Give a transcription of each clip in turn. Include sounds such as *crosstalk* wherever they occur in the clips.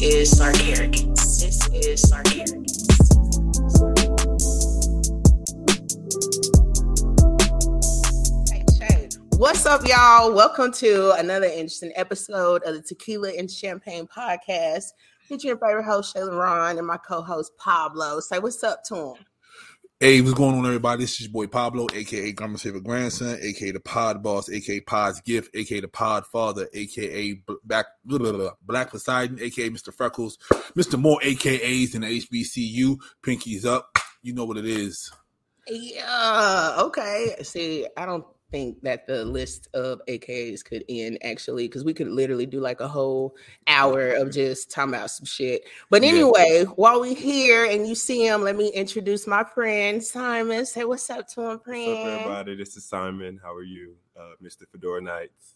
is Sarcarigans. This is Sarcarigans. What's up, y'all? Welcome to another interesting episode of the Tequila and Champagne podcast. It's your favorite host, Shayla Ron, and my co host, Pablo. Say what's up to him. Hey, what's going on, everybody? This is your boy Pablo, aka Grandma's favorite grandson, aka the Pod Boss, aka Pod's Gift, aka the Pod Father, aka B- Black blah, blah, blah, Black Poseidon, aka Mr. Freckles, Mr. More, AKAs in the HBCU. Pinkies up, you know what it is. Yeah, okay. See, I don't think that the list of AKs could end actually, because we could literally do like a whole hour of just talking about some shit. But Yeah. anyway, while we here and you see him, let me introduce my friend Simon. Say what's up to him, What's up, friend. everybody? This is Simon. How are you, uh, Mr. Fedora Knights?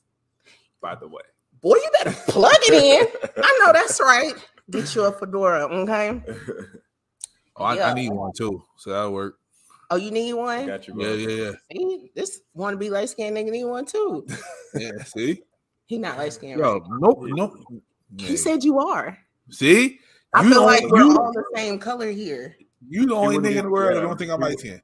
By the way, Boy, you better plug it in. *laughs* I know that's right. Get you a fedora, okay? Oh, I, Yeah. I need one too, so that'll work. Oh, you need one? *laughs* Got you, bro. Yeah, yeah, yeah. See, this wanna be light skinned nigga need one too. Yeah, see? He not light skinned. Yo, nope, nope. He said you are. see? I You feel don't- like we're you- all the same color here. You the only wouldn't nigga be- in the world yeah. that don't think I'm You- light skinned.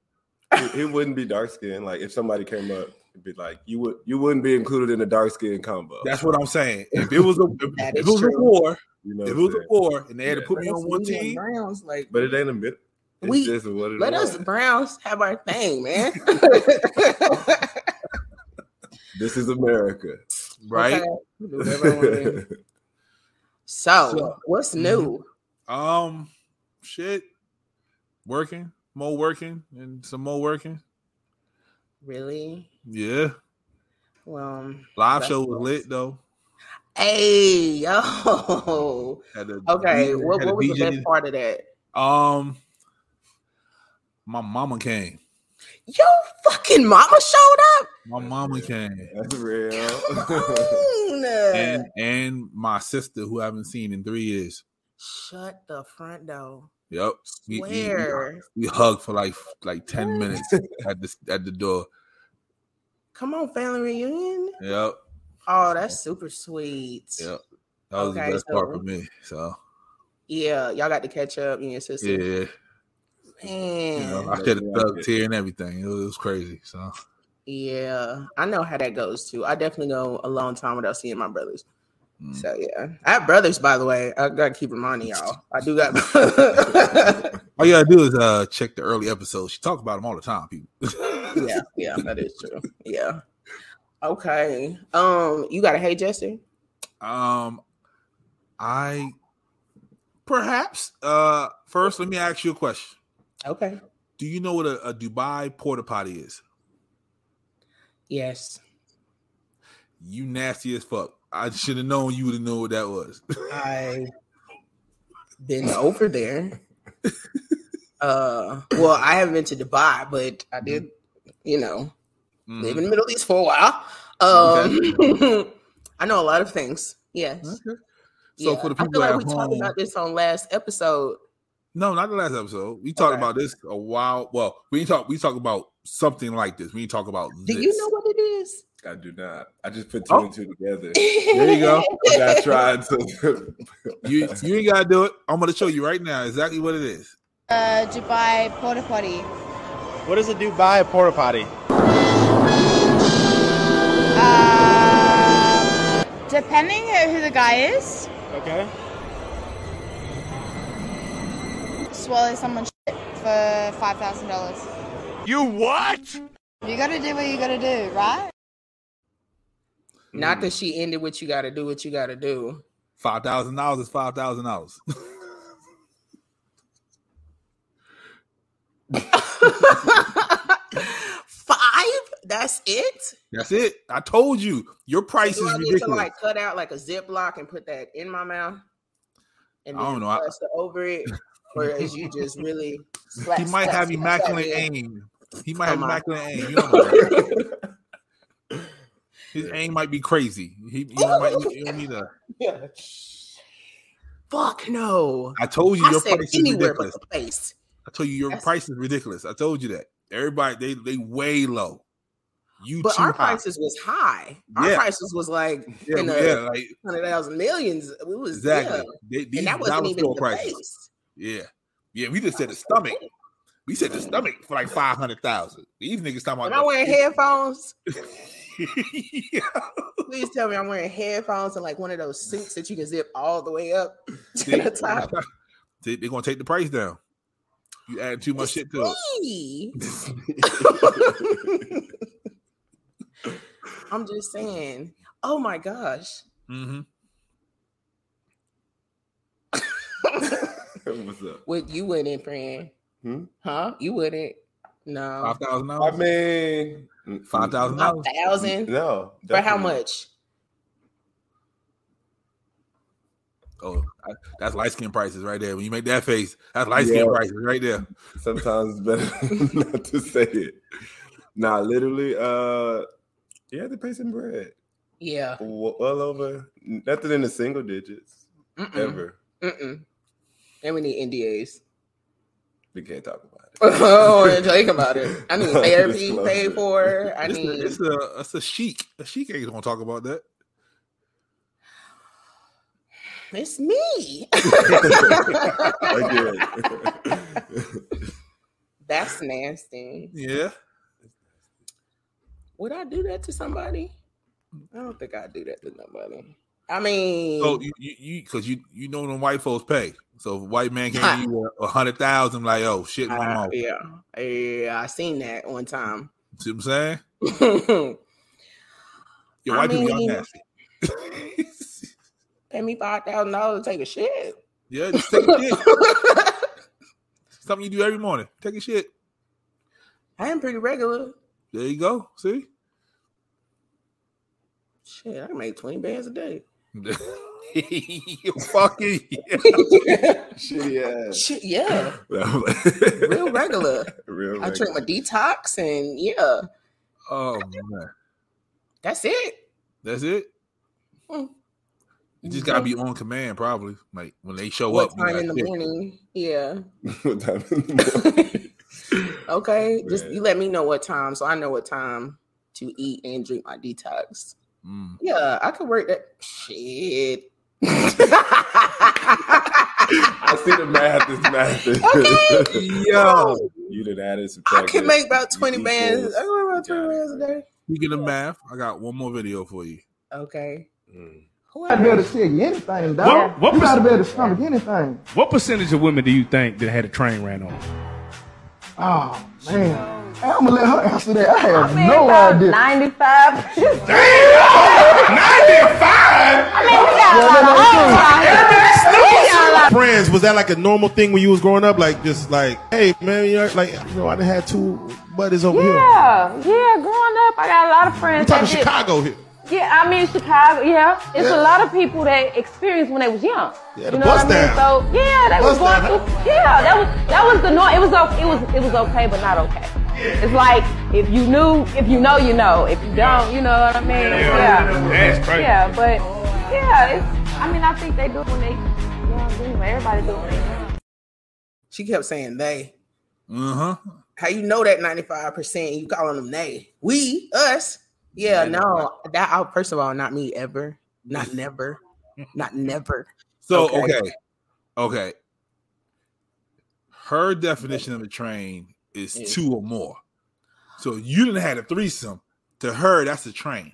It, it wouldn't be dark skin. Like if somebody came up, it'd be like you would you wouldn't be included in the dark skin combo. That's what I'm saying. If it was a That if is it was true. a war, you know. if what it I'm was a saying? war, and they had to Yeah. put me on one We and team, Browns, like but it ain't a bit. It's We- just what it let was. us Browns have our thing, man. This is America. *laughs* *laughs* right? Okay, we do whatever we wanna do. So, *laughs* So- mm-hmm. what's new? Um, shit, working, more working, and some more working. Really? Yeah, Well, live That's show was nice. lit though. hey yo. *laughs* Had a Okay, DJ what, had a what was the DJ best part of that? Um, my mama came. Yo, fucking mama showed *laughs* up. My mama came, *laughs* That's real. Come on. and and my sister who I haven't seen in three years. Shut the front door. Yep, we, we- we- Where? we hugged for like like ten What? minutes at the at the door. Come on, family reunion. Yep, Oh, that's super sweet. yep. That was Okay, the best part so- for me. So Yeah, y'all got to catch up and your sister. yeah, you Man. know, Yeah. I shed a thug tear and everything. It was, it was crazy. So I know how that goes too. I definitely go a long time without seeing my brothers. mm. So yeah, I have brothers, by the way. I gotta keep reminding y'all. I do *laughs* got. All you gotta do is uh check the early episodes. She talk about them all the time, people. *laughs* yeah, yeah, that is true. Yeah. Okay. Um, you got a hey Jester? Um, I perhaps uh first let me ask you a question. Okay. Do you know what a, a Dubai porta potty is? Yes. You nasty as fuck. I should have known you would have known what that was. *laughs* I been over there. Uh, well, I haven't been to Dubai, but I did, Mm-hmm. you know, Mhm. live in the Middle East for a while. Um, *laughs* I know a lot of things. Yes. Okay. So Yeah. for the I feel people like at we talked home, about this on last episode. no, not the last episode. We talked Okay. about this a while. Well, we didn't talk. We talk about something like this. We didn't talk about. Do this. you know what it is? I do not. I just put two Oh. and two *laughs* together. There you go. Like, I tried *laughs* to. You you ain't gotta do it. I'm gonna show you right now exactly what it is. uh, Dubai porta potty. What does it do by a porta potty? Um, depending on who the guy is, Okay. swallow someone's shit for five thousand dollars. You what? You gotta do what you gotta do, right? Not that Mm. she ended what you got to do. What you got to *laughs* do. *laughs* Five thousand dollars is five thousand dollars. Five. That's it. That's it. I told you your price Do is I need to ridiculous. like cut out like a Ziploc and put that in my mouth? And I don't know. I- Press the over *laughs* it, or is you just really? he slap, might slap, have slap, immaculate slap, aim. He might have Come on. immaculate aim. You don't know that. *laughs* His aim might be crazy. He you don't might you don't need a. yeah. Yeah. Fuck no! I told you I your said price is anywhere but ridiculous. the place. I told you your That's- price is ridiculous. I told you that. Everybody they they way low. You But too our high. prices was high. Our Yeah. prices was like Yeah, in yeah, the like hundred thousand millions. It was exactly. yeah. They- these and that dollar wasn't even store the prices. base. Yeah, yeah. We just said the stomach. We said the stomach for like five hundred thousand. These niggas talking When about. I wear *laughs* headphones, yeah. please tell me I'm wearing headphones and like one of those suits that you can zip all the way up *laughs* to See? the top. See, They're gonna take the price down. You add too much shit to *laughs* Hey! it. I'm just saying. Oh my *laughs* gosh. hmm What's up? What you wouldn't, friend? Hmm? Huh? You wouldn't? No. Five thousand I dollars. mean, Five thousand A dollars. thousand No. for how definitely. much? Oh, I- that's light skin prices right there. When you make that face, that's light skin Yeah. prices right there. Sometimes it's better *laughs* not to say it. Nah, literally, uh, you have to pay some bread. Yeah. Well, well over nothing in the single digits Mm-mm. ever. Mm-mm. And we need *laughs* NDAs. We can't talk about it. oh, and think about it. *laughs* I need therapy Disclosure. paid for. I It's a, need. it's a it's a chic. A chic ain't gonna talk about that. It's me. *laughs* Again. *laughs* That's nasty. Yeah. Would I do that to somebody? I don't think I'd do that to nobody. I mean, So you you because you, you know them white folks pay. So if a white man came to you with a hundred thousand, like oh shit, went I- Ah, off. yeah, yeah, I seen that one time. *laughs* See what I'm saying? Pay Yeah, I white people y'all mean- nasty. me five thousand dollars to take a shit. *laughs* yeah, just take a shit. Something you do every morning. Take a shit. I am pretty regular. There you go. *laughs* See? Shit, I can make twenty bands a *laughs* day. you fucking yeah. Shitty ass. Shit, yeah, real *laughs* Real, regular. real. I drink my detox, and yeah, Oh man. that's it. That's it. Mm. You just gotta be on command, probably. Like when they show what up. you time like, in the shit. morning? Yeah. *laughs* What time in the morning? *laughs* okay, just Man. you let me know what time, so I know what time to eat and drink my detox. Mm. Yeah, I could work that shit. *laughs* I see the math is math. Okay. *laughs* Yo. you did add it. I can make about twenty Equals. bands. I can make about twenty bands a day. Speaking of math, I got one more video for you. Okay. Who gotta be able to else? sing anything, dog. What- what you gotta perc- be able to stomach anything. What percentage of women do you think that had a train ran on? Oh man, Hey, I'm gonna let her answer that. I have mean, no about idea. 95. You friends, was that like a normal thing when you was growing up? Like just like, hey man, you're like, you know, I done had two buddies over here. Yeah, yeah. Growing up, I got a lot of I'm friends. talking that did- Chicago here. Yeah, I mean Chicago. Yeah, it's a Yeah. lot of people that experienced when they was young. Yeah, the you know bus what I mean? down. So yeah, they Bus was going down. through. Yeah, that was that was the norm. It was o- it was it was okay, but not okay. It's like if you knew, if you know, you know. If you don't, you know what I mean? Yeah, That's crazy. yeah. But yeah, it's. I mean, I think they do when they young. Anyway, everybody do when they young. She kept saying they. Uh-huh. How you know that ninety five percent? You calling them they? We us? Yeah. No. That. I, first of all, not me ever. Not never. Not never. So Okay. okay. okay. Her definition of a train is Yeah. two or more. So you didn't had a threesome. To her, that's a train.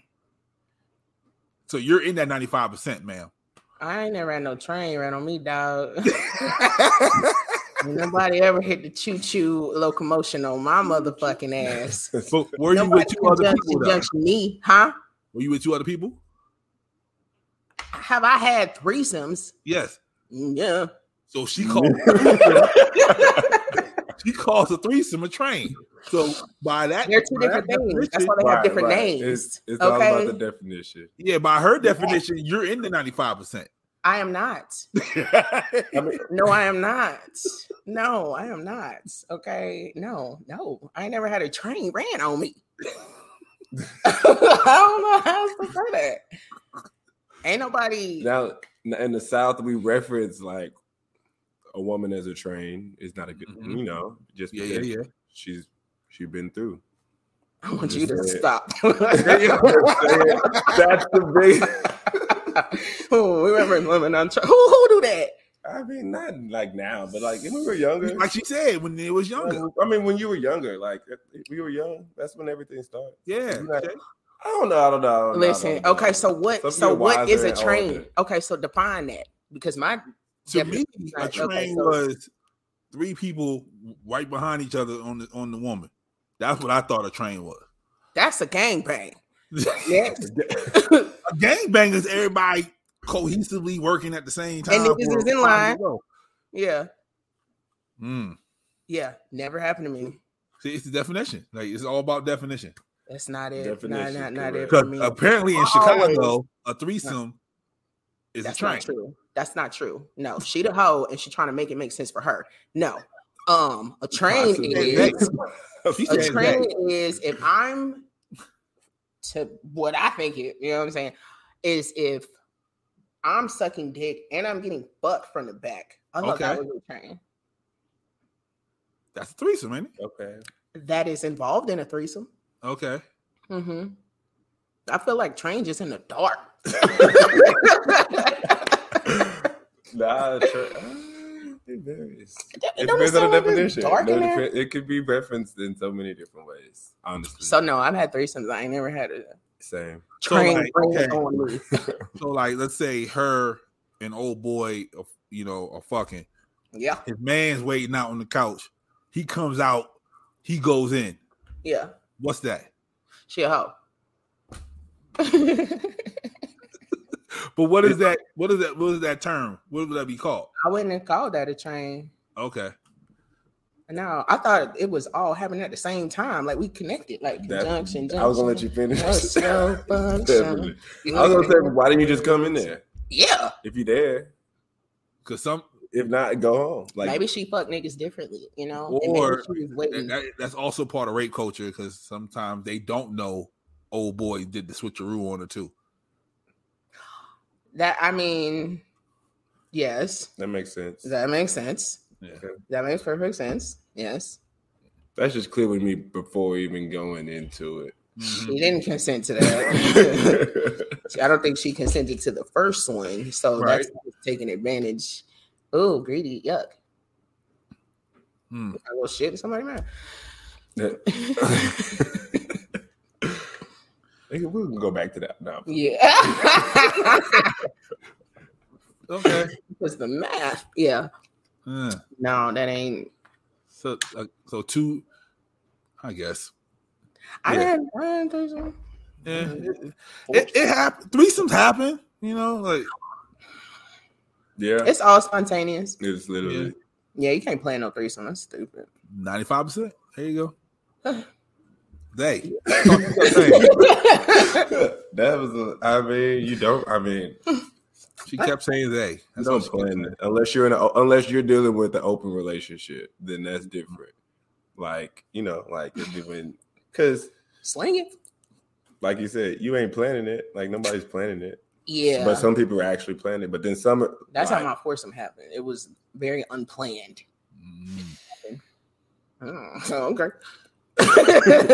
So you're in that 95%, ma'am. I ain't never had no train ran on me, dog. Nobody ever hit the choo choo locomotion on my motherfucking ass. But were you with Nobody two can other judge, people though? judge me, huh? Were you with two other people? Have I had threesomes? Mm, Yes. Yeah. *laughs* So she called she calls a threesome a train. So by that, They're two by different that things. That's definition- why they have Right, different *laughs* right. names. It's, it's all okay. about the definition. yeah, by her definition, you're in the 95%. I am not. No, I am not. No, I am not. Okay. No, no. I ain't never had a train ran on me. *laughs* I don't know how else to say that. Ain't nobody. Now, in the South, we reference like a woman as a train is not a good, Mhm. you know, just yeah, because yeah, yeah. *laughs* she's she's been through. I want you to Just say it. stop. *laughs* That's the big. oh, we remember living on. Who who do that? I mean, not like now, but like when we were younger. Like she said, when it was younger. I mean, when you were younger, like if you were young, that's when everything started. Yeah. You're like, I don't know. I don't know. I don't know, I Listen, Oh, don't know. okay, so what? Some so people what wiser is a and train? *laughs* older. Okay, so define that because my To me, definition is a like, train okay, so- was three people right behind each other on the on the woman. That's what I thought a train was. that's a *laughs* gangbang. *laughs* Next. A gangbang is everybody cohesively working at the same time. And niggas for is a in time line. to go. *laughs* yeah, Mm. yeah, never happened to me. See, it's the definition. Like it's all about definition. That's not it. Not Definition, not not it correct. for Because me. apparently in Chicago, a threesome is That's a train. not true. That's not true. No, she the hoe and she trying to make it make sense for her. No. Um, a train Possibly. is She a said train that. is if I'm to what I think it, you know what I'm saying, is if I'm sucking dick and I'm getting butt from the back. I thought that Okay. was a train. That's a threesome, ain't it? okay. That is involved in a threesome. Okay. Mm-hmm. I feel like train just in the *laughs* dark. Nah, tra- ah, it varies. It don't depends on sound the like it's definition. dark No, in it there. depe- it could be referenced in so many different ways. Honestly, so no, I've had threesomes. I ain't never had a same. So, train like, going okay. on *laughs* me. So like let's say her and old boy uh, you know are fucking. Yeah, His man's waiting out on the couch. He comes out, he goes in. yeah. What's that? She a *laughs* hoe. But what is that? What is that? What is that term? What would that be called? I wouldn't have called that a train. Okay. No, I thought it was all happening at the same time. Like we connected, like That- conjunction. I was gonna let you finish. *laughs* Junction, Definitely. function. I was gonna say, why didn't you just come in there Yeah, if you there? Cause some If not, go home. Like maybe she fucked niggas differently, you know. Or- and maybe she was that, waiting. that- that's also part of rape culture because sometimes they don't know old boy did the switcheroo on her too. That I mean, yes, that makes sense. that makes sense. Yeah. That makes perfect sense. Yes, That's just clear with me before even going into *laughs* *laughs* Mm-hmm. Mm-hmm. she didn't consent to that. it. I don't think she consented to the first one, so that's taking advantage. Oh, greedy, yuck! Hmm. I will shit in somebody man. Nigga, we can go back to that now. Yeah. *laughs* Okay. was the math. Yeah. Yeah. No, that ain't. So uh, so two, I guess. I Yeah. didn't. I didn't think so. Yeah. Eh. It, it, it happen. Threesomes happen. You know, like Yeah, it's, It's all spontaneous. literally. Yeah, you can't plan no threesome. That's stupid. ninety five percent. There you *laughs* go. They. *laughs* that was a. I mean, you don't. I mean, She kept saying they. you *laughs* That's don't what she kept plan saying. that. unless you're in a, unless you're dealing with an open relationship. Then that's Mm-hmm. different. Like you know, like it'd be when because Sling it. like you said, you ain't planning it. Like nobody's planning it. Yeah. But some people are actually planning it. But then some. are- That's like, how my foursome happened. It was very unplanned. Mm. Oh, *laughs* okay.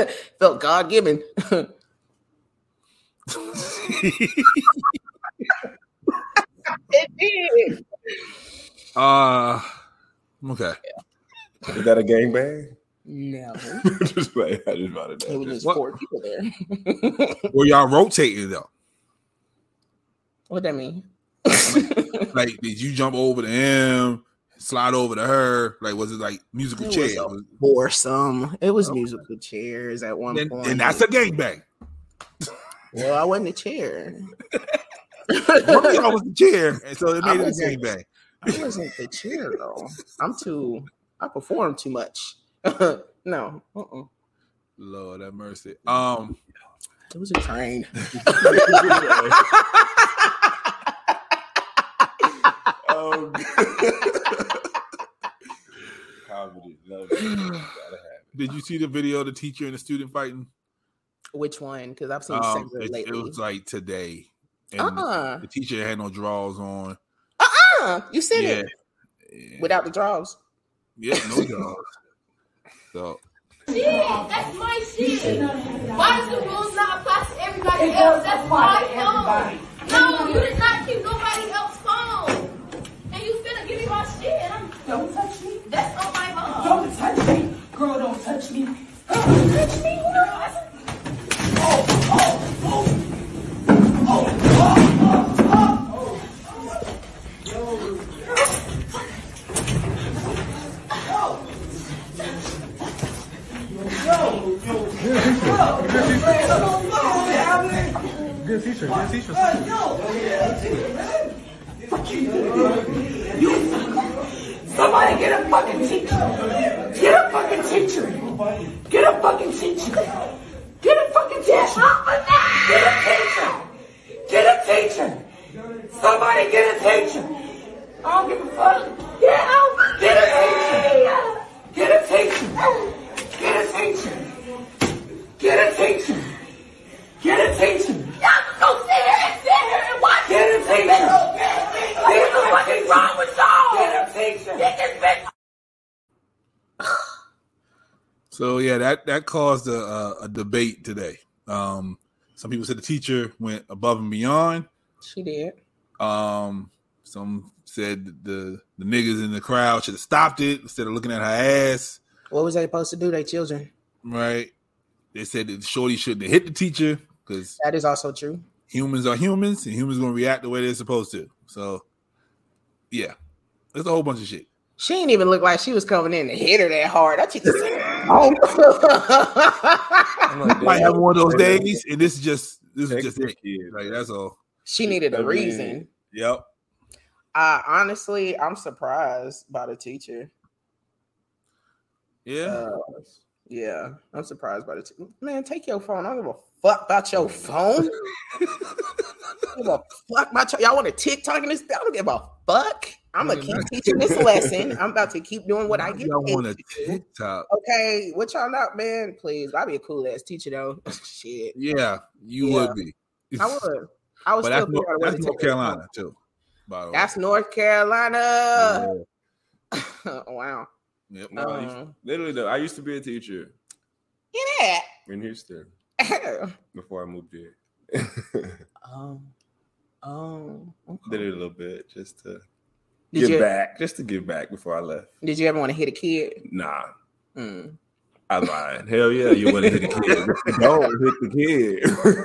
*laughs* Felt God given. it did. Uh okay. Is that a gangbang? No, *laughs* just like I just bought it. it was just What? four people *laughs* there. Were y'all rotating though? what that *laughs* mean? Like, did you jump over to him, slide over to her? Like, was it like musical It chair? was a Was- foursome. It was Okay. musical chairs at one Oh. Then, point. then that's a gangbang. well, I wasn't a *laughs* chair. One of y'all was the chair, and so it I made it a wasn't. gangbang. I wasn't the chair though. I'm too. I perform too much. *laughs* no, uh-uh. Lord have mercy. Um, it was a train. *laughs* Oh, *laughs* comedy, love it. Gotta have it. did you see the video of the teacher and the student fighting? Which one? Because I've seen Um, several it, it lately. was like today, and Uh-uh. the teacher had no drawers on. uh, you said Yeah, it without the draws. *laughs* yeah, no drawers. So shit. That's my shit. Why does the rules not apply to everybody else? That's my phone. No, you did not keep nobody else's phone. And you finna give me my shit. And I'm, don't touch me. That's on my mom. Don't touch me. Girl, don't touch me. Girl, don't touch me. Girl, I Good teacher, good teacher. Somebody get a fucking teacher. Get a fucking teacher. Get a fucking teacher. Get a fucking teacher. Get a teacher. Get a teacher. Somebody get a teacher. I don't give a fuck. Get out. Get a teacher. Get a teacher. Get a teacher. Get a teacher. Get a teacher. Y'all just go sit here and sit here and watch Get a teacher. What the fuck is wrong with y'all? Get a teacher. Get this bitch So yeah, that that caused a, a, a debate today. Um, some people said the teacher went above and beyond. She did. Um, some said the the niggas in the crowd should have stopped it instead of looking at her ass. What was they supposed to do? They children. Right? They said that Shorty shouldn't have hit the teacher because That is also true. humans are humans and humans gonna react the way they're supposed to. So yeah, there's a whole bunch of shit. She didn't even look like she was coming in to hit her that hard. I just *laughs* oh. *laughs* might have one of those days, and this is just this is just it. Like that's all. she needed I a mean, reason. Yep. Uh, honestly, I'm surprised by the teacher. Yeah. Uh, yeah, I'm surprised by the teacher. Man, take your phone. I don't give a fuck about your *laughs* phone. I don't give a fuck about your- y'all want to TikTok in this? I don't give a fuck. I'm gonna keep teaching this lesson. I'm about to keep doing what I get. Y'all paid want a to do. TikTok? Okay, what y'all not, man? Please, I'd be a cool ass teacher though. *laughs* Shit, Yeah, you Yeah. would be. I *laughs* would. I would But still that's, figure North, out a way to that's take North it. Carolina too. By the way, That's North Carolina. *laughs* wow. Yep. No, I used- Um. literally though, I used to be a teacher Yeah. in Houston before I moved here. *laughs* *laughs* um, um, Literally a little bit just to Did get you- back, just to get back before I left. did you ever want to hit a kid? Nah, Mm. I lied. Hell yeah, you want to hit the kid. You don't hit the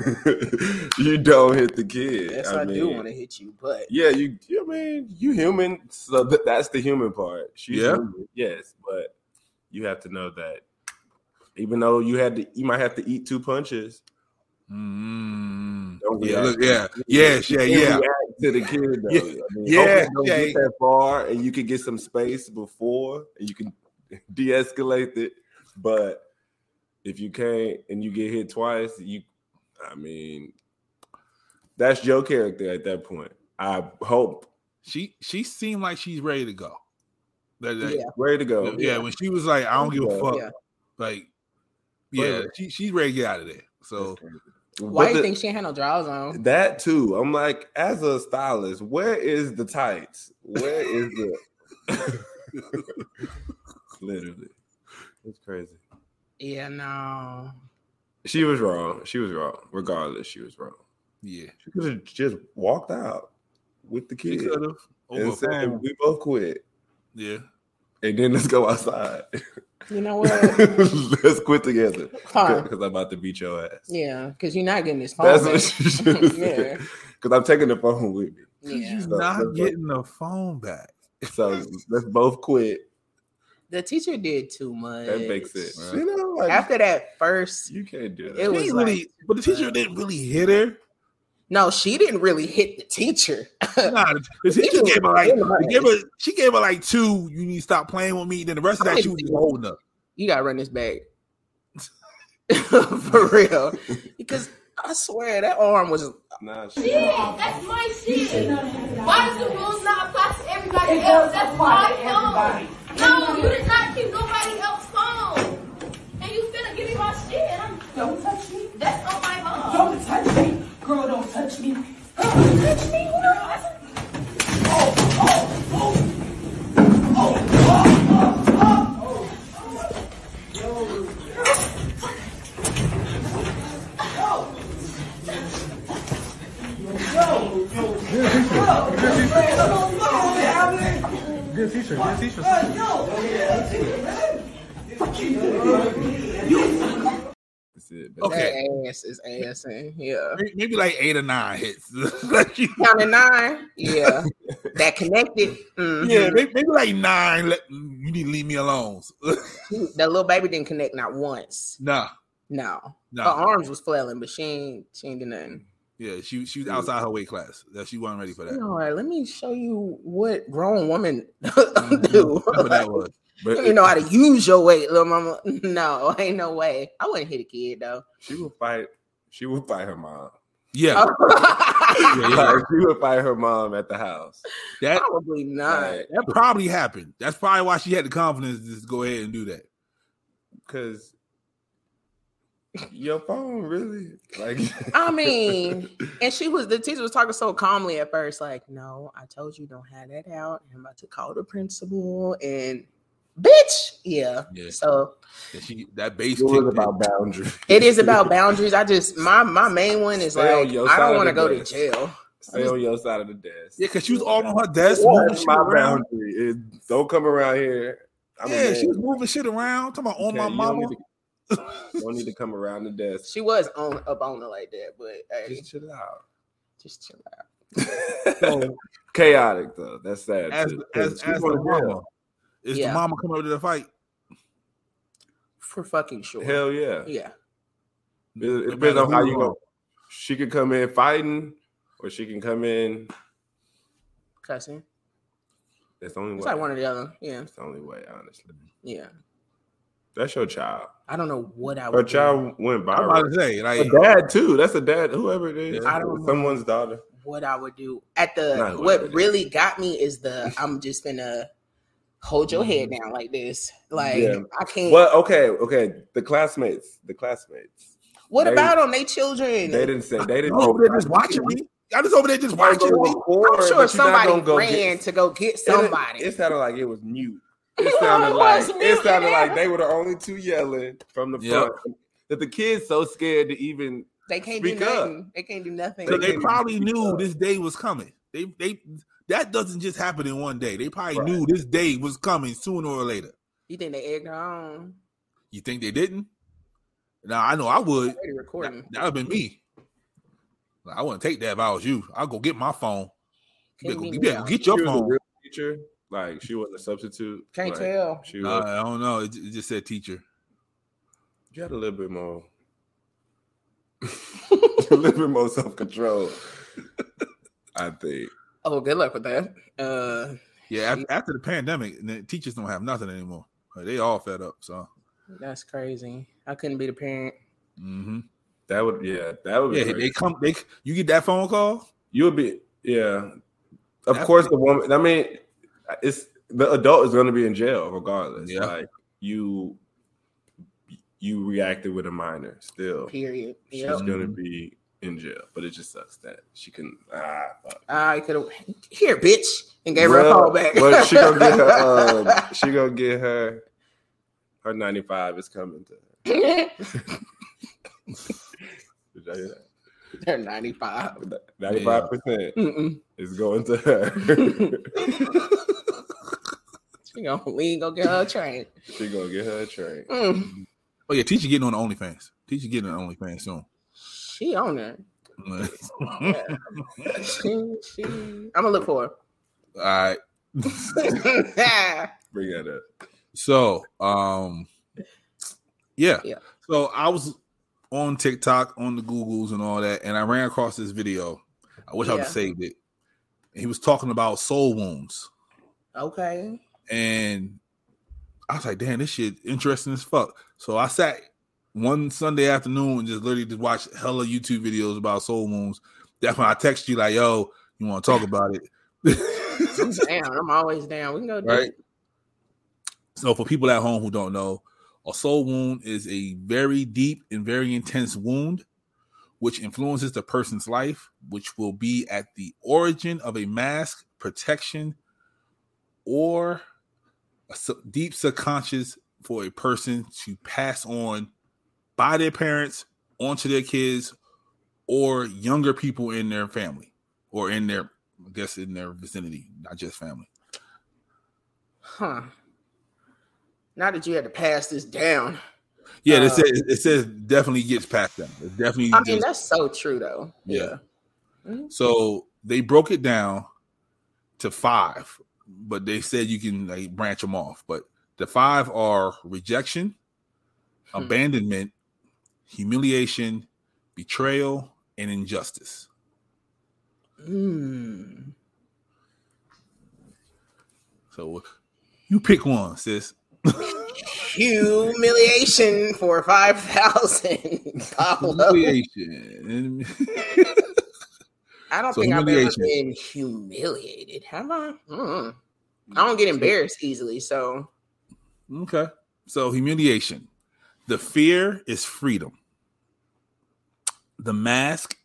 kid. *laughs* you don't hit the kid. Yes, I, I, do mean, want to hit you, but Yeah, you. You mean you human? So th- that's the human part. She's Yeah. human, yes, but you have to know that even though you had to, you might have to eat two punches. Don't Mm-hmm. Yeah, react. look, yeah. Yes, You yeah, can't yeah. react To the kid, though. Yeah, I mean, yeah, hopefully don't yeah. get that far, and you can get some space before, and you can *laughs* de-escalate it. But if you can't, and you get hit twice, you, I mean, that's your character at that point. I hope she she seemed like she's ready to go. That- that- Yeah. Ready to go. Yeah, when she was like, I don't give a Yeah. fuck. Yeah. Like, yeah, Right. she she's ready to get out of there. So why do But you the- think she ain't had no drawers on? *laughs* That too. I'm like, as a stylist, where is the tights? Where is the *laughs* literally? It's crazy. Yeah, no. She was wrong. She was wrong. Regardless, she was wrong. Yeah. She could have just walked out with the She kid. could've. Over And a said, phone. we both quit. Yeah. And then let's go outside. You *laughs* know what? *laughs* let's quit together. Fine. Because I'm about to beat your ass. yeah, because you're not getting this phone. *laughs* That's what back. she should have said. *laughs* yeah. Because I'm taking the phone with me. *laughs* Yeah. So, not let's- getting the phone back. so let's both quit. The teacher did too much. That makes it. You know, like- After that first, you can't do It was She like, really- but the teacher didn't really *laughs* hit her. No, she didn't really hit the teacher. Nah, the, *laughs* the teacher gave her like they gave her, she gave her like two. You need to stop playing with me. Then the rest of that she was just holding up. You gotta run this back. *laughs* For real. *laughs* Because I swear that arm was Nah, shit. That's my shit. Why does the rules not apply to everybody else? That's my phone. No, you did not keep nobody else's phone. And you finna give me my shit. And I'm, don't touch me. That's on my mom. Don't touch me. Girl, don't touch me. Girl, don't touch me. Girl, I- Oh, oh, oh, oh, oh, oh, oh, oh, oh, be a teacher. Be a teacher. no. Fuck you. You. Okay. That ass is assing. Yeah. Maybe like eight or nine hits. *laughs* Down to nine. Yeah. that connected. Mhm. Yeah, may- maybe like nine. Let, you need to leave me alone. *laughs* that little baby didn't connect not once. nah. No. No. Her Uh-uh. arms was flailing, but she ain't she ain't do nothing. Yeah, she she was outside her weight class. That she wasn't ready for that. All right, let me show you what grown woman *laughs* do. *laughs* That's what Mm-hmm. that was. But you know how to use your weight, little mama. No, *laughs* ain't no way. I wouldn't hit a kid though. She would fight. She would fight her *laughs* mom. *laughs* Yeah. yeah, yeah. She would fight her mom at the house. That probably not. That probably happened. That's probably why she had the confidence to just go ahead and do that. Because your phone really like I mean, and she was the teacher was talking so calmly at first, like, no, I told you don't have that out. I'm about to call the principal and bitch. Yeah. Yeah. So And she that base *laughs* It was kicked about boundaries. *laughs* it is *laughs* about boundaries. I just my my main one is Stay on like your I side don't of want to the go to desk. jail. Stay on your side of the desk. Yeah, because she was all on her desk. moving That's shit my around. boundary. It- don't come around here. I'm a Yeah, man. she was moving shit around. Talking about on Okay, my you don't mama. need to- don't need to come around the desk. *laughs* *laughs* She was on up on it like that, but hey, Just chill out. just chill out. Chaotic though. That's sad. As too. as, She as the wanna jail. mama. Is Yeah. the mama coming over to the fight? For fucking sure. Hell yeah. Yeah. It, it No depends matter on how who you you go. are. She could come in fighting, or she can come in. Cussing. That's the only It's way. like one or the other. Yeah. That's the only way, honestly. Yeah. That's your child. I don't know what I Her would do. child went I'm about viral. to say like Her dad too. That's a dad. Whoever it is, I don't know. someone's daughter. what I would do. At the Not what I would what do. really got me is the I'm just gonna hold your head down like this. Like Mm-hmm. Yeah. I can't. What, Well, okay, okay. The classmates. The classmates. they- about them? They children. They didn't say. They didn't. I'm over there just watching me. I just over there just watching me. I'm sure somebody ran to go get somebody. It, sounded like it was mute. It *laughs* It sounded like was it mute, sounded yeah. like they were the only two yelling from the Yep. front. That the kids so scared to even. they can't do Speak up. nothing. They can't do nothing. So they probably knew this day was coming. They they that doesn't just happen in one day. They probably Right. knew this day was coming sooner or later. you think they egged her on? You think they didn't? Now I know I would. Already recording. That would have been me. Like, I wouldn't take that if I was you. I'll go get my phone. You better, Couldn't go, be you better go me. get your She was a phone. real teacher. Like she wasn't a substitute. Can't Like, tell. She Nah, was. Uh, I don't know. It, ju- it just said teacher. You had a little *laughs* bit more. *laughs* a little bit more self control. I think. Oh, good luck with that. Uh, Yeah, after, after the pandemic, the teachers don't have nothing anymore. Like, they all fed up. So, that's crazy. I couldn't be the parent. hmm That would yeah, that would be yeah, great. they come. They you get that phone call. you would be yeah. Of That's- course the woman I mean it's the adult is gonna be in jail regardless. Yeah. Like you you reacted with a minor still. Period. Oh, She's Yep. gonna be in jail. But it just sucks that she can ah fuck. I could have here, bitch, and gave her a Well, call back. well, she gonna *laughs* get her um, she gonna get her her ninety five is coming to her. uh, *laughs* Did y'all hear that? They're 95. 95% *laughs* Mm-mm. is going *laughs* to her. She gonna lean, go get her a train. she gonna get her a train. Mm. Oh yeah, teacher getting on the OnlyFans. Teacher getting on the OnlyFans soon. *laughs* She on there. All She, she. I'm gonna look for right. her. Bring that up. So, um, yeah. Yeah. So I was on TikTok, on the Googles, and all that, and I ran across this video. I wish I would Yeah. have saved it. He was talking about soul wounds, okay. and I was like, "Damn, this shit interesting as fuck." So I sat one Sunday afternoon and just literally just watched hella YouTube videos about soul wounds. That's when I text you like, "Yo, you want to talk about it?" *laughs* I'm down. I'm always down. We can go deep. Right. So, for people at home who don't know, a soul wound is a very deep and very intense wound which influences the person's life, which will be at the origin of a mask, protection, or a su- deep subconscious for a person to pass on by their parents onto their kids or younger people in their family or in their, I guess, in their vicinity, not just family. Huh. Now that you had to pass this down. Yeah, Uh, it says it says definitely gets passed down. It definitely. I mean, just- that's so true though. yeah. Mhm. So they broke it down to five, but they said you can like, branch them off. But the five are rejection, Hmm. abandonment, humiliation, betrayal, and injustice. Mm. So you pick *laughs* one, sis. Humiliation for five thousand. I Humiliation. *laughs* don't So think I've ever humiliation. been humiliated. Have I? Mm. I don't get embarrassed easily, so Okay. So humiliation. The fear is freedom. The mask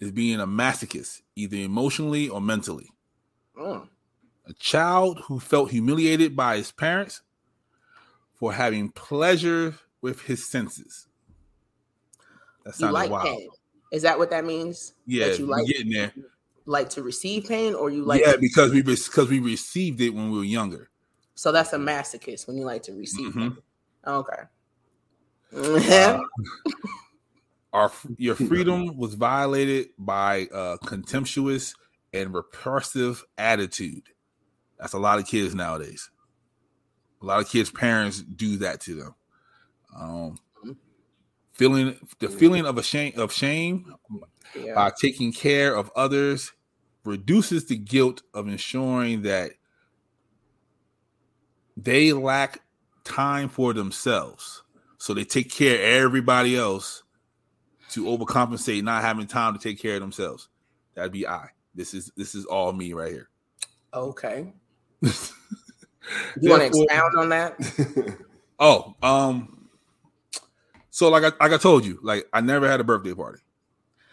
is being a masochist, either emotionally or mentally. mm. A child who felt humiliated by his parents for having pleasure with his senses. That you sounded like wild. pain. Is that what that means? Yeah, that you you like getting there. like to receive pain, or you like? yeah, because we because we received it when we were younger. so that's a masochist when you like to receive. Mhm. Okay. Uh, our your freedom was violated by a contemptuous and repressive attitude. That's a lot of kids nowadays. A lot of kids' parents do that to them. Um, feeling the feeling of a shame of shame *laughs* Yeah. by taking care of others reduces the guilt of ensuring that they lack time for themselves. So they take care of everybody else to overcompensate not having time to take care of themselves. That'd be I. This is this is all me right here. okay. You want to Therefore- expound on that? *laughs* Oh, um, so like I like I told you, like I never had a birthday party.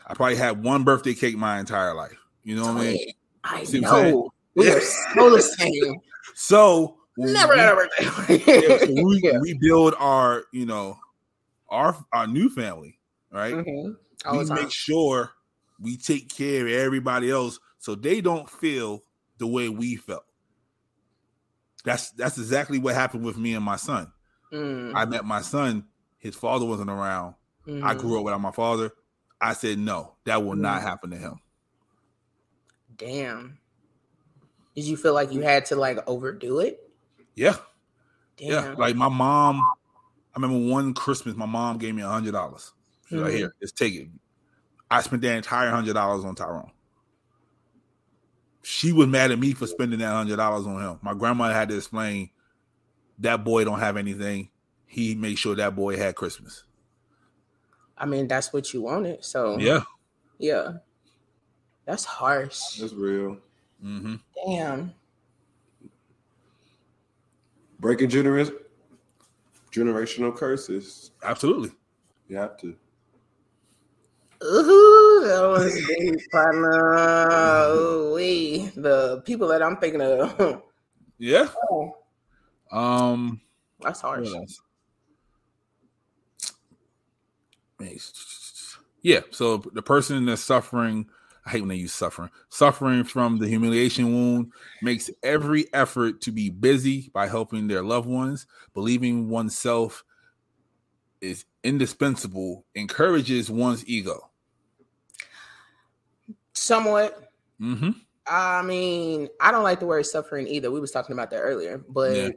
I probably had one birthday cake my entire life. You know what I mean? I See what I'm saying? know. We are so the *laughs* same. So when Never we- had a *laughs* birthday yeah, so party. we, we build our, you know, our our new family, right? Mm-hmm. All we the time. make sure we take care of everybody else so they don't feel the way we felt. That's that's exactly what happened with me and my son. Mm. I met my son, his father wasn't around. I Mhm. grew up without my father. I said, no, that will Mm. not happen to him. Damn. Did you feel like you had to like overdo it? Yeah. Yeah. Damn. Like my mom, I remember one Christmas, my mom gave me a hundred dollars. She's like, Mhm. here, just take it. I spent that entire hundred dollars on Tyrone. She was mad at me for spending that hundred dollars on him. My grandma had to explain that boy don't have anything. He made sure that boy had Christmas. I mean, that's what you wanted. So Yeah. yeah. That's harsh. That's real. Mm-hmm. Damn. Breaking generation generational curses. Absolutely. You have to. Ooh, that was *laughs* deep, partner. Ooh, we the people that I'm thinking of. *laughs* Yeah. Oh, Um that's harsh. What else? Nice. Yeah. So the person that's suffering, I hate when they use suffering, suffering from the humiliation wound makes every effort to be busy by helping their loved ones, believing oneself is indispensable, encourages one's ego. Somewhat. Mm-hmm. I mean, I don't like the word suffering either. We was talking about that earlier, but Yeah.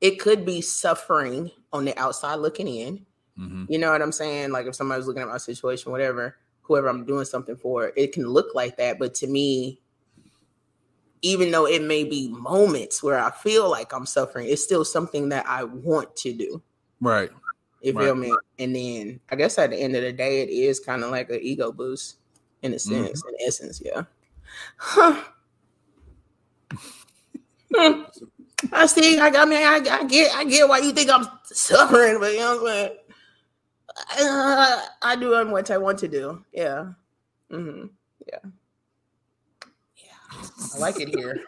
it could be suffering on the outside looking in. Mm-hmm. You know what I'm saying? Like if somebody's looking at my situation, whatever, whoever I'm doing something for, it can look like that. But to me, even though it may be moments where I feel like I'm suffering, it's still something that I want to do. Right. You feel Right. me? And then I guess at the end of the day, it is kind of like an ego boost in a Mm-hmm. sense, in essence, yeah. Huh. Hmm. I see. I, I mean, I, I get, I get why you think I'm suffering, but you know what I'm saying. Uh, *sighs* I do what I want to do. Yeah. hmm Yeah. Yeah. I like it here.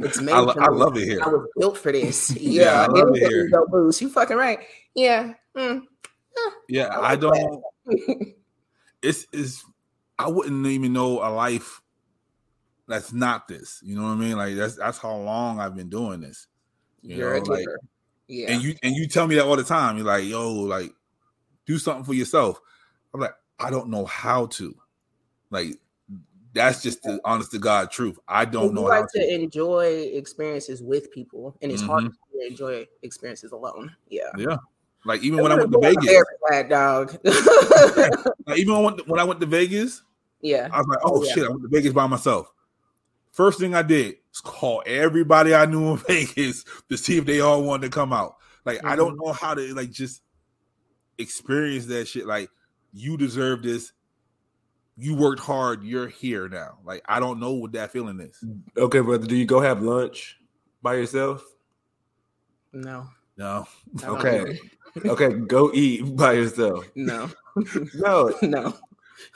It's made *laughs* I lo- for I me. love it here. I was built for this. *laughs* Yeah. Yeah, I love it was an here. ego boost. You fucking right. Yeah. Mm. Yeah, I don't. it's is I wouldn't even know a life let's not this. You know what I mean? Like that's that's how long I've been doing this. *laughs* You You're a know, like, giver. Yeah. and you and you tell me that all the time. You're like, yo, like do something for yourself. I'm like, I don't know how to. Like that's just the honest to God truth. I don't And know you how like to enjoy experiences with people, and it's hard Mhm. to enjoy experiences alone. Yeah. Yeah. Like even It when I went would've to been a Vegas, very bad dog. *laughs* like, even when I went- when I went to Vegas, yeah. I was like, oh yeah. shit, I went to Vegas by myself. First thing I did was call everybody I knew in *laughs* Vegas to see if they all wanted to come out. Like I don't Mm-hmm. know how to like just experience that shit. Like you deserve this. You worked hard. You're here now. Like I don't know what that feeling is. Okay, brother, do you go have lunch by yourself? No. No. I don't Okay. know. okay, go eat by yourself. No. No. no. *laughs*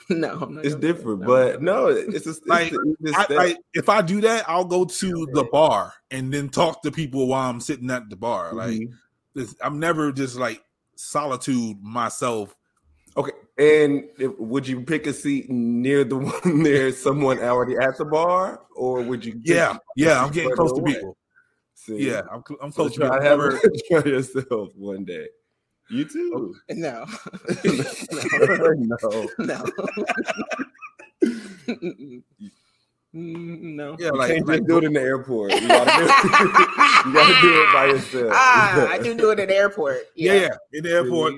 No. I'm not It's gonna- different, no. but no, it's just Like, it's I, that- like if I do that, I'll go to the bar and then talk to people while I'm sitting at the bar. Mm-hmm. Like this, I'm never just like solitude myself. Okay, and if, would you pick a seat near the one *laughs* near someone already at the bar, or would you? pick- Yeah, yeah, I'm getting further close to away? people. See? Yeah, I'm cl- I'm So close to try people. have *laughs* Never- *laughs* try yourself one day. You too. No. *laughs* *laughs* No. *laughs* No. *laughs* Mm-mm. Mm, no. Yeah, like, can't just do it in the airport. You gotta do *laughs* it, *laughs* you gotta do it by yourself. *laughs* Ah, I do do it at the airport. Yeah, Yeah. yeah, in the airport,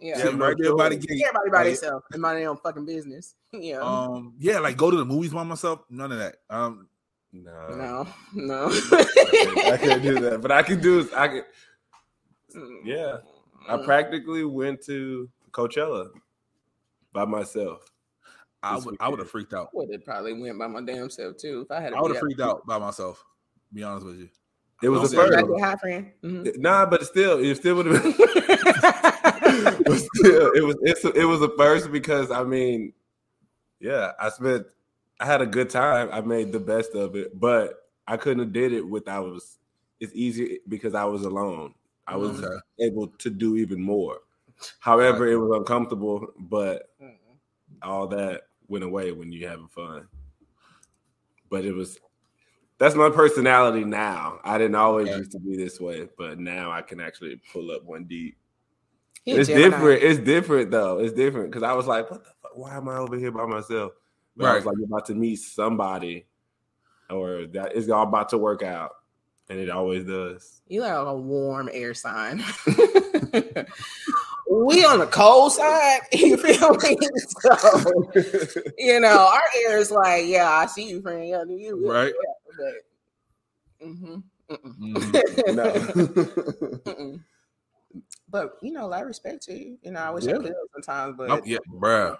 Yeah. sitting right there by the gate. Yeah, everybody by Like, themselves and mind their own fucking business. *laughs* Yeah. Um, yeah, like go to the movies by myself. None of that. Um, no, no, no. *laughs* I *laughs* can't do that, but I can do. I can. Yeah, I Mm. practically went to Coachella by myself. I would. I would have freaked out. would have probably went by my damn self too if I had. I would have freaked out by myself. Be honest with you. It was the Don't say first. that. Hi, friend. Mhm. Nah, but still, it still would have been. *laughs* *laughs* But still, *laughs* it was it's, it was a first because I mean, yeah, I spent, I had a good time. I made the best of it, but I couldn't have did it without. Was it's easier because I was alone. I was Okay. able to do even more. However, it was uncomfortable, but all that went away when you having fun. But it was that's my personality now. I didn't always used to be this way, but now I can actually pull up one deep. He a it's Gemini. different. It's different though. It's different because I was like, "What the fuck? Why am I over here by myself?" But I was like about to meet somebody, or that is all about to work out, and it always *laughs* does. You like a warm air sign. *laughs* we on the cold side. *laughs* You feel me? So, you know, our air is like, yeah, I see you, friend. Yeah, do you Right. Yeah, but, mhm, mm-mm. Mm-hmm. *laughs* Mhm. No. Mm-mm. But you know, a lot of respect to you. You know, I wish I Yeah. could sometimes, but I'm- yeah, bruh.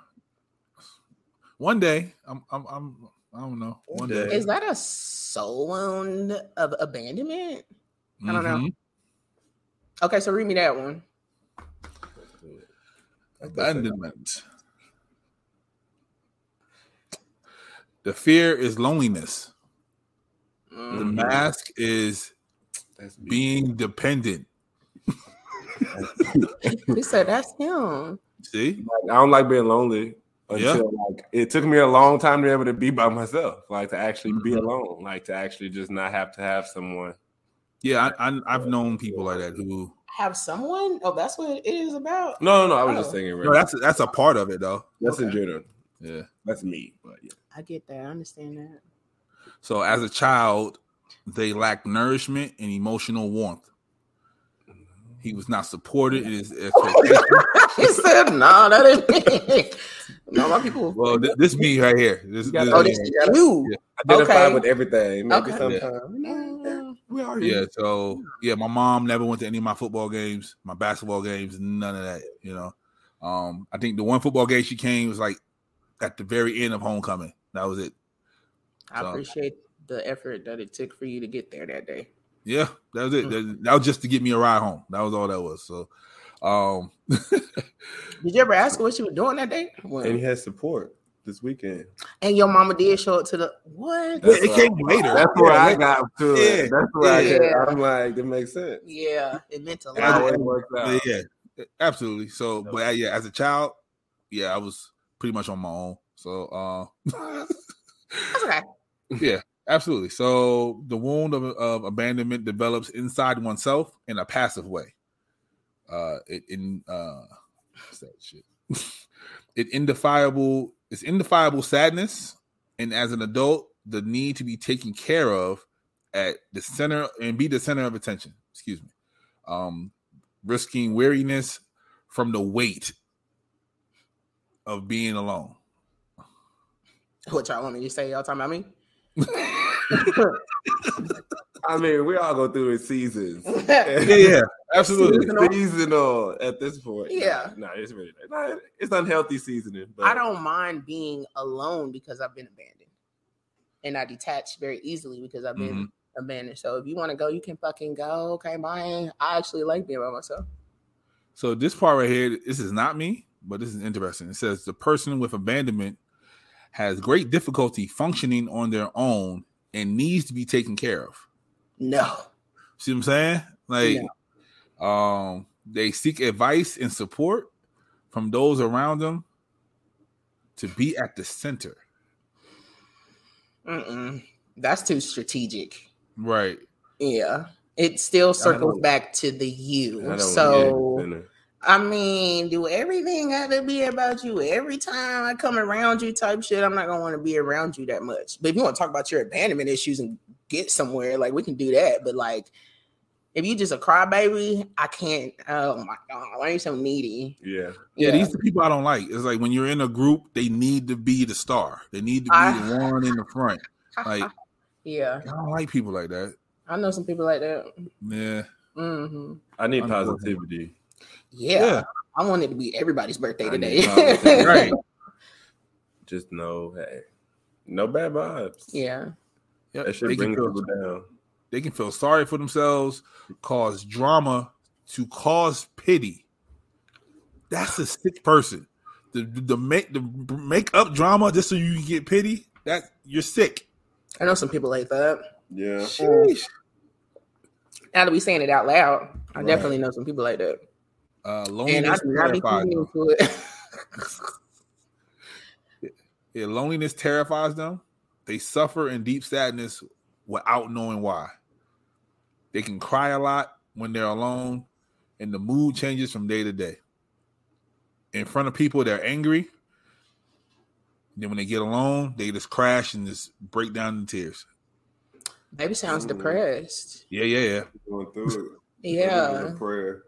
One day, I'm. I'm. I'm I don't know. One day. is that a sound of abandonment? I don't know. Mhm. Okay, so read me that one. Abandonment. The fear is loneliness. The Mm-hmm. Mm. mask is being dependent. He said that's him. See, I don't like being lonely until Yeah. like it took me a long time to be able to be by myself, like to actually be alone, like to actually just not have to have someone. Yeah, I, I, I've known people like that who. Have someone? Oh, that's what it is about. No, no, no. I was Oh. just thinking. No, that's that's a part of it though. That's in general. Yeah. That's me. But yeah. I get that. I understand that. So as a child, they lacked nourishment and emotional warmth. He was not supported in his expectations. *laughs* *laughs* he said, "No, that ain't me." *laughs* no, my *laughs* people. Well, th- this me right here. This, You gotta- this oh, this is you. Yeah. Identify with everything. Maybe Okay. sometimes. We are Yeah, so yeah, my mom never went to any of my football games, my basketball games, none of that. You know, um, I think the one football game she came was like at the very end of homecoming. That was it. I So, appreciate the effort that it took for you to get there that day. Yeah, that was it. That, that was just to get me a ride home. That was all that was. So, um, Did you ever ask her what she was doing that day? What? And he has support this weekend. And your mama did show up to the what? That's why- That's where I got to Yeah. it. That's where I Yeah. got. I'm like, it makes sense. Yeah, it meant a How lot. it works out. yeah, absolutely. So, but uh, yeah, as a child, yeah, I was pretty much on my own. So, uh, That's okay. *laughs* yeah, absolutely. So the wound of, of abandonment develops inside oneself in a passive way. Uh, it in uh, what's that shit? *laughs* it indefiable. It's indefiable sadness, and as an adult, the need to be taken care of at the center and be the center of attention. Excuse me. Um, risking weariness from the weight of being alone. *laughs* What y'all want me to say? Y'all talking about me? I mean, we all go through the seasons. *laughs* Yeah, yeah, absolutely. Seasonal. Seasonal at this point. Yeah. no, it's really no, it's unhealthy seasoning. But *laughs* I don't mind being alone because I've been abandoned, and I detach very easily because I've been abandoned. So if you want to go, you can fucking go. Okay, bye. I actually like being by myself. So this part right here, this is not me, but this is interesting. It says the person with abandonment has great difficulty functioning on their own and needs to be taken care of. No. See what I'm saying? Like um they seek advice and support from those around them to be at the center. Mm-mm. That's too strategic. Right. Yeah, it still circles don't- back to the I you. don't- So yeah, no, no. I mean, do everything have to be about you every time I come around you type shit? I'm not gonna want to be around you that much. But if you want to talk about your abandonment issues and get somewhere, like we can do that. But like, if you just a crybaby, I can't. Oh my god, why are you so needy? Yeah. Yeah, these are the people I don't like. It's like when you're in a group, they need to be the star. They need to be I- the one in the front. Like I Yeah, don't like people like that. I know some people like that. Yeah. hmm I need positivity. Yeah. Yeah. I want it to be everybody's birthday I today. need positivity. Just know, hey, no bad vibes. *laughs* Yeah. Yep. That shit They can brings feel- people down. They can feel sorry for themselves, cause drama, to cause pity. That's a sick person. The the make the make up drama just so you can get pity. That you're sick. I know some people like that. Yeah. Sheesh. Now that we saying it out loud, I Right. definitely know some people like that. Uh, And I loneliness do not be terrifies feeding them. into it. *laughs* Yeah, loneliness terrifies them. They suffer in deep sadness without knowing why. They can cry a lot when they're alone, and the mood changes from day to day. In front of people, they're angry. Then when they get alone, they just crash and just break down in tears. Baby sounds depressed. Yeah, yeah, yeah. Going through Yeah. *laughs* prayer.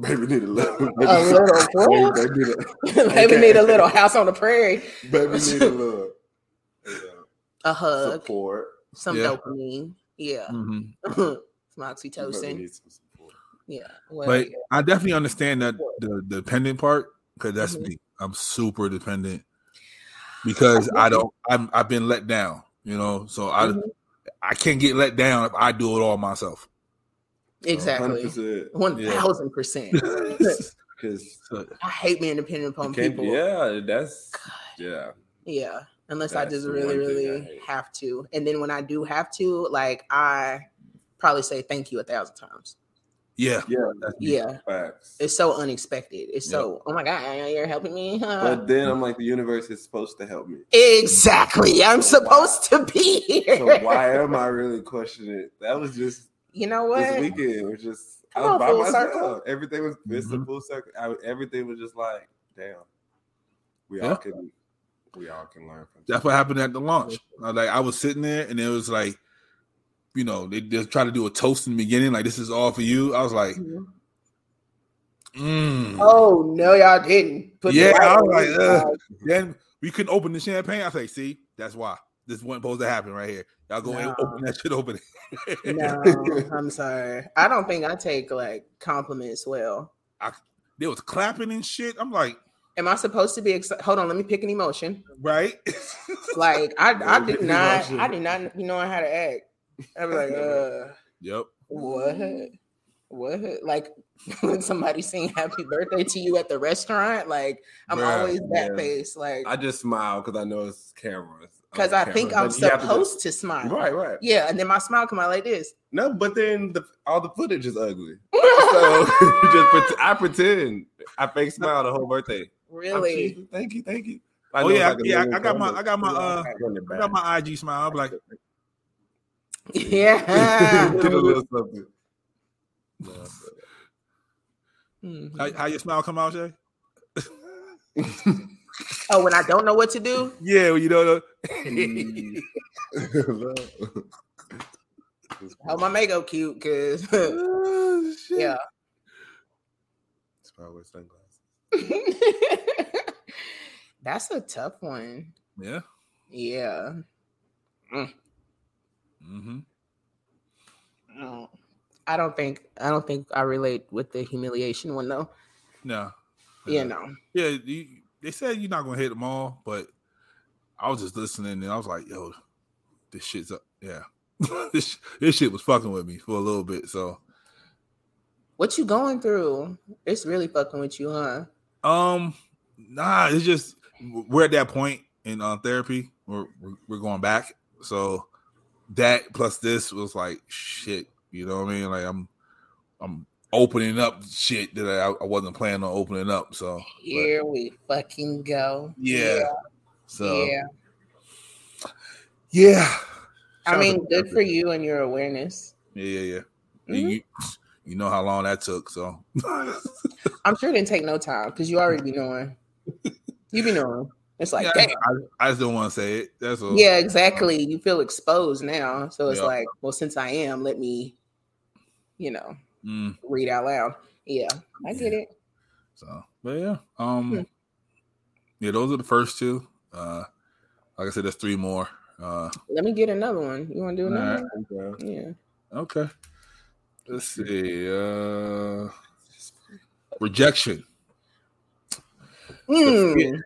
Baby need a little. A little prayer? *laughs* Baby need *laughs* Baby need a little house on the prairie, *laughs* Baby need a little a hug, support. some Yeah. dopamine. Yeah. Mhm. Mm. *laughs* some oxytocin. Yeah. Well, But yeah. I definitely understand that the dependent part because that's me. I'm super dependent because I Mm-hmm. don't. I'm, I've been let down, you know. So I, Mhm. I can't get let down if I do it all myself. Exactly. 100%. One thousand *laughs* percent. Because I hate being dependent upon people. yeah, that's yeah. Yeah. Unless I That's just the really, one thing I really have to. And then when I do have to, like I probably say thank you a thousand times. Yeah, yeah, Yeah. Facts. It's so unexpected. It's so, oh my God, you're helping me. huh? But then I'm like, the universe is supposed to help me. *laughs* exactly. I'm So why- supposed to be here. So why am I really questioning it? That was just you know this what? weekend. Was just Come I was on, by full myself. circle. Everything was it's a full circle. I, everything was just like, damn. We Yeah. all can. We all can learn from. That's what happened at the launch. I, like I was sitting there, and it was like, you know, they just try to do a toast in the beginning, like this is all for you. I was like, mm. Oh no, y'all didn't. Put the yeah. right I was one like, uh, inside. *laughs* ugh. then we couldn't open the champagne. I say, see, that's why this wasn't supposed to happen right here. Y'all go and Nah. open that shit open. no, I'm sorry. I don't think I take like compliments well. I, *laughs* they was clapping and shit. I'm like, am I supposed to be excited? Hold on, let me pick an emotion. Right? *laughs* like *laughs* I, I Let me did pick an not, emotion. I did not, you know how to act. I was like, uh, Yep. what, what? Like *laughs* when somebody sing "Happy Birthday" to you at the restaurant, like I'm Bruh, always that yeah. face, like I just smile because I know it's cameras. uh, because I think I'm cameras, but you have to supposed just- to, smile. Right, right. Yeah, and then my smile come out like this. No, but then the, all the footage *laughs* is ugly. so *laughs* you just pret- I pretend I fake smile the whole birthday. Really? Thank you, thank you. I oh know yeah, I, it's like a yeah. I million I got my, I got my, uh, Run it I back. got my IG smile. I'm like, *laughs* *laughs* Yeah. Give it a *laughs* little something. Mm-hmm. how, how your smile come out, Jay? Oh, when I don't know what to do? Yeah, well, you don't *laughs* know. Hold *laughs* my makeup cute, cause *laughs* Oh, yeah. *laughs* Smile with sunglasses. That's a tough one. Yeah. Yeah. Mm-hmm. No. I don't think I don't think I relate with the humiliation one though. No. Yeah, no. Yeah, you, they said you're not gonna hit them all, but I was just listening and I was like, yo, this shit's up. Yeah, *laughs* this this shit was fucking with me for a little bit. So, What you going through? It's really fucking with you, huh? um, nah, it's just we're at that point in uh, therapy. We're we're- we're going back. So that plus this was like shit. You know what I mean? Like I'm I'm opening up shit that I, I wasn't planning on opening up. So Here we fucking go. yeah. So yeah. yeah. Shout I out mean, to good therapy. for you and your awareness. Yeah, yeah, yeah. Mm-hmm. You, you- you know how long that took, so I'm sure it didn't take no time because you already be knowing. You be knowing. It's like, Yeah, damn. *laughs* I, I just don't want to say it. That's all. yeah, exactly. You feel exposed now. So it's Yeah. like, well, since I am, let me, you know, Mm, read out loud. Yeah, I get it. so, but yeah, um, yeah, those are the first two. Uh, like I said, there's three more. Uh, Let me get another one. You want to do All another right. one? Yeah. okay. Let's see. Uh, rejection. Mm,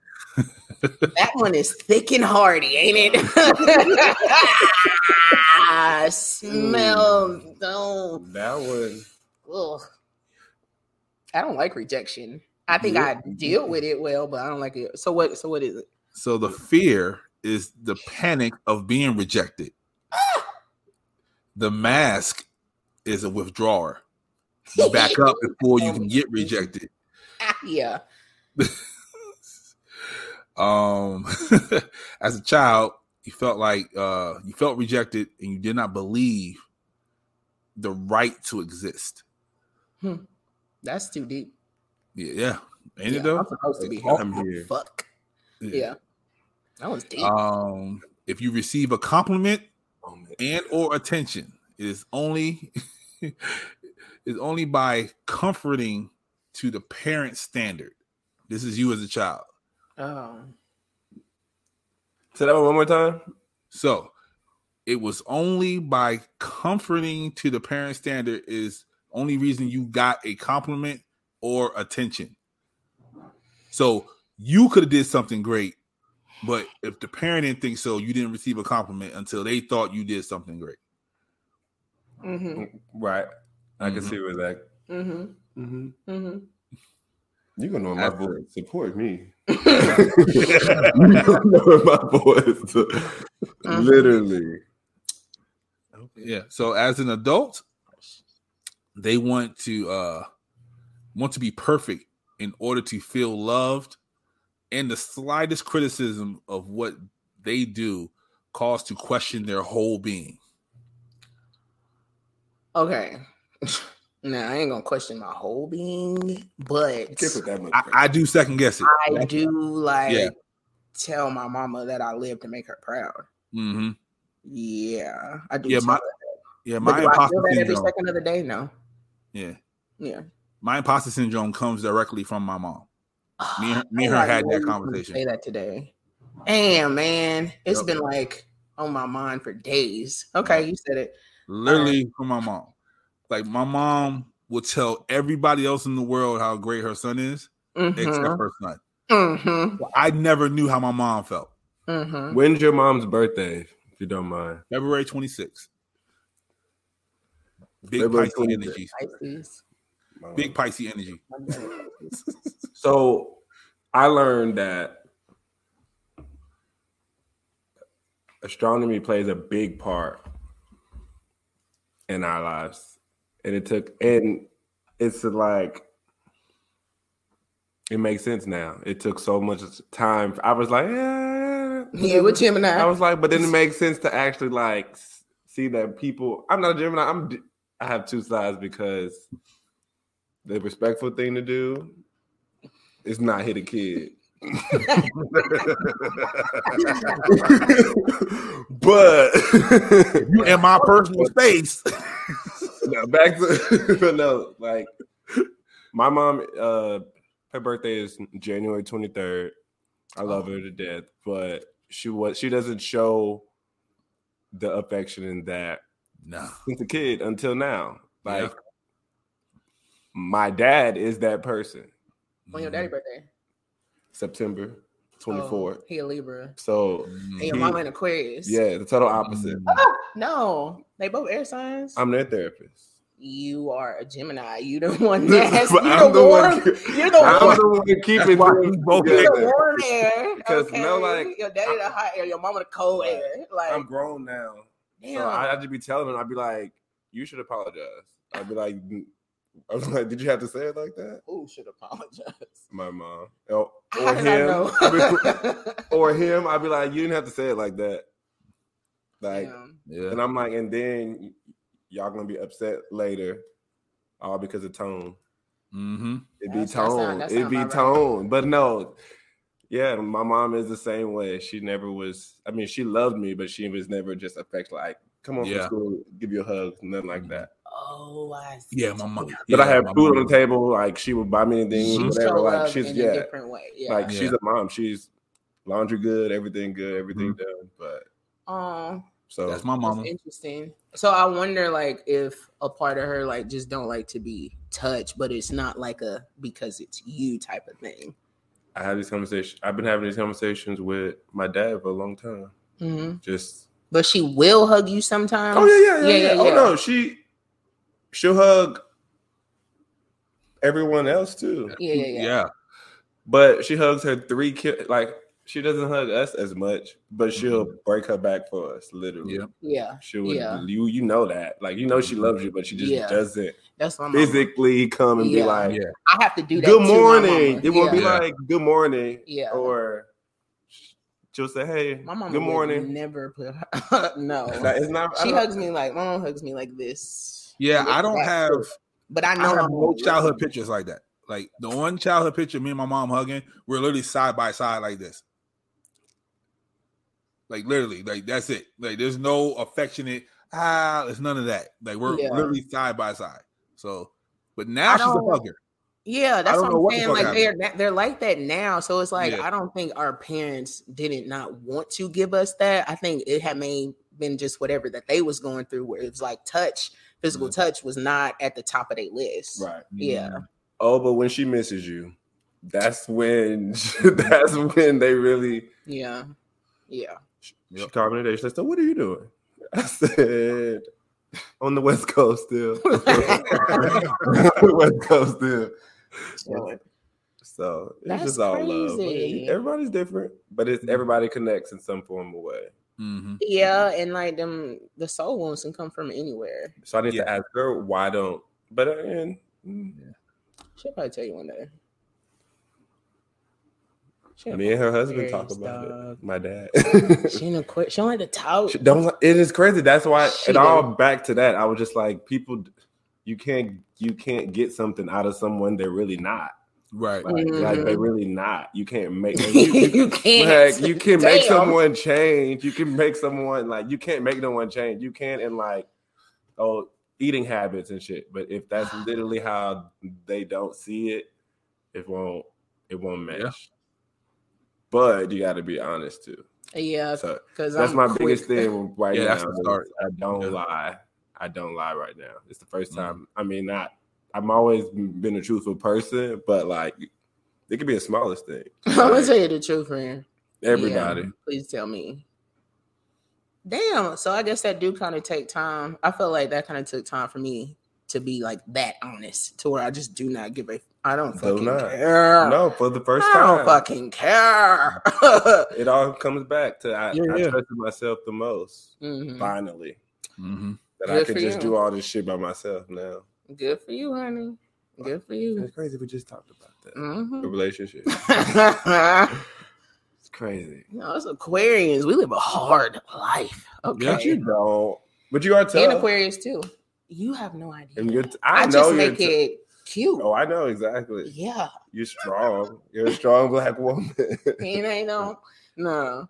that one is thick and hardy, ain't *laughs* it? Smell. Don't. That one. Ugh. I don't like rejection. I think I deal with it well, but I don't like it. So what? So what is it? *laughs* So the fear is the panic of being rejected. the mask is a withdrawer. You back up before you can get rejected. Ah, yeah. Um, *laughs* as a child, you felt like uh, you felt rejected, and you did not believe the right to exist. Hmm. That's too deep. Yeah, yeah. Ain't Yeah, it though? I'm supposed to be here. I'm here. Fuck. Yeah. Yeah. That was deep. Um, if you receive a compliment and or attention, it is only *laughs* is only by comforting to the parent standard. This is you as a child. oh. Say that one one more time. So it was only by comforting to the parent standard is only reason you got a compliment or attention. So you could have did something great, but if the parent didn't think so, you didn't receive a compliment until they thought you did something great. Mm-hmm. Right. I Mm-hmm. can see where that. Mm-hmm. Mm-hmm. Mm-hmm. You gonna know my voice. Support *laughs* me. you Mhm. gonna know my voice. Mm-hmm. Literally. Yeah. So as an adult, they want to uh want to be perfect in order to feel loved, and the slightest criticism of what they do calls to question their whole being. Okay. *laughs* Now I ain't gonna question my whole being, but I, I do second guess it. I do like Yeah. tell my mama that I live to make her proud. hmm Yeah, I do. Yeah, tell my her that. yeah But my do I feel imposter that every syndrome. second of the day? No. Yeah, Yeah. my imposter syndrome comes directly from my mom. Me and her, *sighs* me and her I had know you couldn't that Say conversation. that today. Damn, man, it's Yep. been like on my mind for days. Okay, you said it. literally from my mom. Like my mom will tell everybody else in the world how great her son is, Mhm. Uh-huh. except her son. Mm-hmm. I never knew how my mom felt. Mm-hmm. When's your mom's birthday? If you don't mind. February 26th. Big February Pisces 26th. energy. Big Pisces energy. So I learned that astronomy plays a big part in our lives. And it took and it's like It makes sense now. It took so much time. I was like, yeah, Yeah, with Gemini. I was like, but then it makes sense to actually like s- see that people. I'm not a Gemini. I'm. d- I have two sides because the respectful thing to do is not hit a kid. *laughs* but you in my personal *laughs* space. no, back to *laughs* but no, like my mom. Uh, her birthday is January twenty third. I Oh. love her to death, but she was she doesn't show the affection in that no since a kid until now. Like Yeah. my dad is that person. On your daddy birthday. September twenty fourth. Oh, he a Libra. So Mm-hmm. And your mama an Aquarius. Mm-hmm. Yeah, the total opposite. Ah, no, they both air signs. I'm their therapist. you are a Gemini. You the *laughs* one that has. You're But I'm the the one- warm. You're the I'm warm. the one keeping That's why things we both You're the together. warm air. Because okay? no, like- your daddy the hot air, your mama the cold air. Like I'm grown now. Damn. So I, I'd just be telling them, I'd be like, you should apologize. I'd be like, "Mm." I was *laughs* like, did you have to say it like that? Who should apologize? My mom. Oh, How or did I him. *laughs* know? *laughs* I'd be- or him. I'd be like, you didn't have to say it like that. Like, yeah. and I'm like, and then y- y'all gonna be upset later, all because of tone. Mm-hmm. It be That's- that sound- tone. that It sound be about right. tone. But no, yeah, my mom is the same way. She never was. I mean, she loved me, but she was never just affect like, come on from Yeah. school, give you a hug, nothing like that. Oh, I see. Yeah, my mom. But I yeah, have my food on mom- Mm-hmm. the table. Like she would buy me anything, She whatever. show Like love she's in a yeah, different way. Yeah. like Yeah. she's a mom. She's laundry good, everything good, everything done. But um, so Mm-hmm. That's my mama. That's interesting. So I wonder, like, if a part of her like just don't like to be touched, but it's not like a because it's you type of thing. I have these conversations. I've been having these conversations with my dad for a long time. Mhm. Just But she will hug you sometimes. Mm-hmm. Oh yeah, yeah, yeah, yeah. Oh no, she she'll hug everyone else too. yeah, yeah, yeah. Yeah. But she hugs her three kids. Like she doesn't hug us as much, but she'll break her back for us. Literally, Yeah. Yeah. she would. Yeah. You you know that. Like you know she loves you, but she just Yeah. doesn't That's my mama. physically come and Yeah. be like, Yeah. I have to do that. "Good to my morning." mama. It won't yeah. be Yeah. like "Good morning," Yeah. or she'll say, "Hey, my mama. good would morning." Never put her. *laughs* no. Like, it's not. I she don't- hugs me like my mom hugs me like this. Yeah, I don't That's have. true. But I I know have I'm no childhood pictures like that. Like the one childhood picture, me and my mom hugging, we're literally side by side like this. Like literally, like that's it. Like there's no affectionate. Ah, there's none of that. Like we're Yeah. literally side by side. So, but now she's a don't- hugger. Yeah, that's what don't know I'm what the saying. fuck Like happened. they're na- they're like that now. So it's like Yeah. I don't think our parents didn't not want to give us that. I think it had may been just whatever that they was going through, where it was like touch, physical touch was not at the top of their list. Mm-hmm. Right. Yeah. Oh, but when she misses you, that's when *laughs* that's when they really. Yeah. Yeah. She Yep. called me today. She's like, "So what are you doing?" I said, "On the West Coast *laughs* still." On the West Coast still. Chilling. So it's That's just all love. crazy. Everybody's different, but it's everybody connects in some form of way. Mm-hmm. Yeah, and like them, the soul wounds can come from anywhere. So I need Yeah. to ask her why don't. But uh, and mm, me She'll probably tell you one day. She an and her husband talk Aquarius, about dog. it. My dad. She an Aquarius. She don't like to talk. *laughs* She don't like- it is crazy that's why She it all don't. back to that i was just like people you can't you can't get something out of someone they're really not Right. like, like, they're really not you can't make you, Mm-hmm. *laughs* you can't. like, you can make Damn. someone change you can make someone like you can't make no one change you can in like oh eating habits and shit but if *sighs* that's literally how they don't see it it won't it won't match Yeah. but you got to be honest too Yeah, so because that's I'm my quick. biggest thing right Yeah, now. that's the is start. I don't Yeah. Mm-hmm. lie. I don't lie right now. It's the 1st time. I mean, not. I'm always been a truthful person, but like it could be the smallest *laughs* thing. *laughs* I'm gonna tell you the truth, friend. Everybody. Yeah, please tell me. Damn. So I guess that do kind of take time. I feel like that kind of took time for me to be like that honest, to where I just do not give a. I don't Do fucking not. care. No, for the first I time, don't fucking care. *laughs* it all comes back to I, Yeah, I yeah. trusted myself the most. Mhm. Finally, Mm-hmm. that I Good could for just you. do all this shit by myself now. Good for you, honey. Good for you. It's crazy we just talked about that. Mhm. The relationship. *laughs* it's crazy. No, it's Mm-hmm. Aquarians. We live a hard life. Okay. But you don't. But you are and tough. Aquarius too. You have no idea. And you're t- I, I, know just you're make t- it cute. Oh, I know exactly. Yeah. You're strong. You're a strong black woman. *laughs* It ain't no no.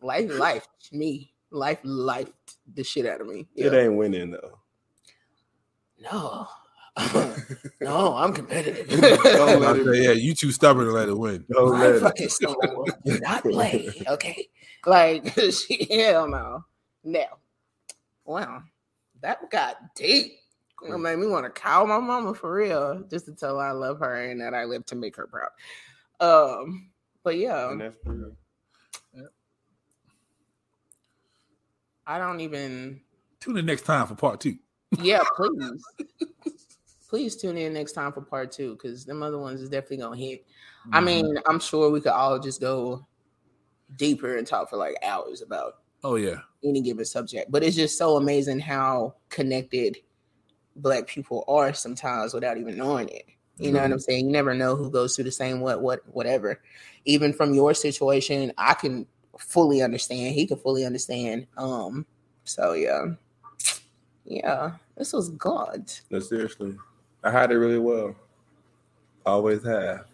Life life me. Life life the shit out of me. Yeah. It ain't winning though. *laughs* No. no, I'm competitive. *laughs* Don't let it- yeah, you too stubborn to let it win. *laughs* Don't My fucking soul do not *laughs* play. Okay. Like *laughs* hell no. No. Wow. That got deep. It made me want to call my mama for real, just to tell her I love her and that I live to make her proud. Um, but yeah. And that's real. I don't even. Tune in next time for part two. Yeah, please, please tune in next time for part two because them other ones is definitely gonna hit. I Mm-hmm. mean, I'm sure we could all just go deeper and talk for like hours about Oh yeah. any given subject, but it's just so amazing how connected black people are sometimes without even knowing it. You know what I'm saying? You never know who goes through the same what, what, whatever. Even from your situation, I can fully understand. He can fully understand. Um, so yeah, yeah, this was good. No, seriously. I hide it really well. Always have.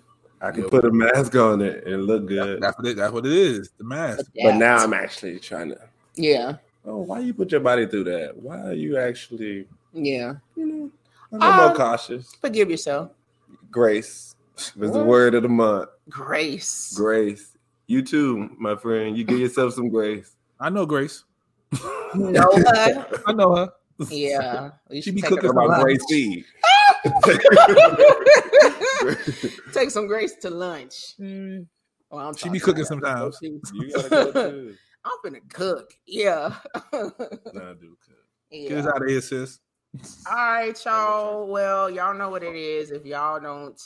I can Yep. put a mask on it and look good. That's what it, that's what it is. The mask. But now I'm actually trying to. Yeah, Oh, why you put your body through that? Why are you actually yeah. a little Um, more cautious? Forgive yourself. Grace was the word of the month. Grace. Grace. You too, my friend. You give yourself some grace. *laughs* I know Grace. No, uh, I know her. yeah. You She should be take her cooking for my lunch. Grace Lee. *laughs* *laughs* Take some grace to lunch. Well, I'm She be talking cooking about sometimes. You gotta *laughs* go too. I'm finna cook. Yeah. *laughs* Nah, dude. Get yeah. us out of here, sis. All right, y'all. Well, y'all know what it is. If y'all don't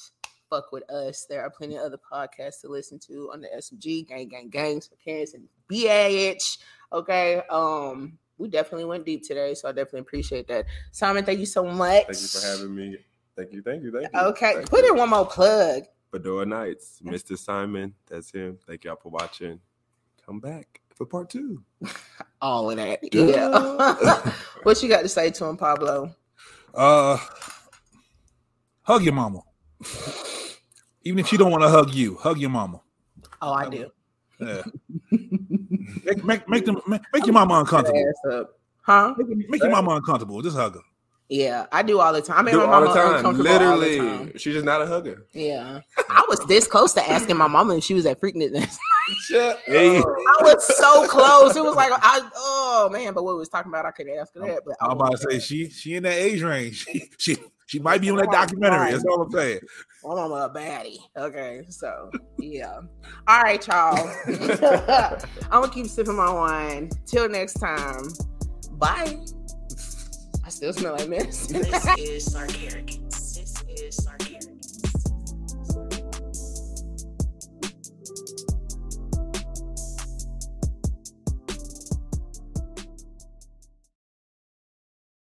fuck with us, there are plenty of other podcasts to listen to on the SMG Gang Gang Gangs for Parents and BAH. Okay. Um, we definitely went deep today, so I definitely appreciate that. Simon, thank you so much. Thank you for having me. Thank you, thank you, thank you. Okay, Thank put you. in one more plug. Fedora Nights, Mr. Simon. That's him. Thank y'all for watching. Come back for part two. All of that. Duh. Yeah. *laughs* what you got to say to him, Pablo? Uh, hug your mama. Even if she don't want to hug you, hug your mama. Oh, I do. Yeah. make, make, make them make, make your mama uncomfortable. Ass up. Huh? Make your mama uncomfortable. Just hug her. Yeah, I do all the time. I made Do my it mama all the time. uncomfortable all the Literally. time. She's just not a hugger. Yeah. I was this close to asking my mama if she was at Freakness. Shut Hey. up. *laughs* I was so close. It was like, I oh man, but what we was talking about, I couldn't ask her that. But I'm about to say she she in that age range. *laughs* She she, she might be on that documentary. That's all I'm saying. my mama a baddie. Okay, so yeah. All right, y'all. *laughs* I'm gonna keep sipping my wine. Till next time. Bye. I still smell like medicine. This is Sark Arrogance.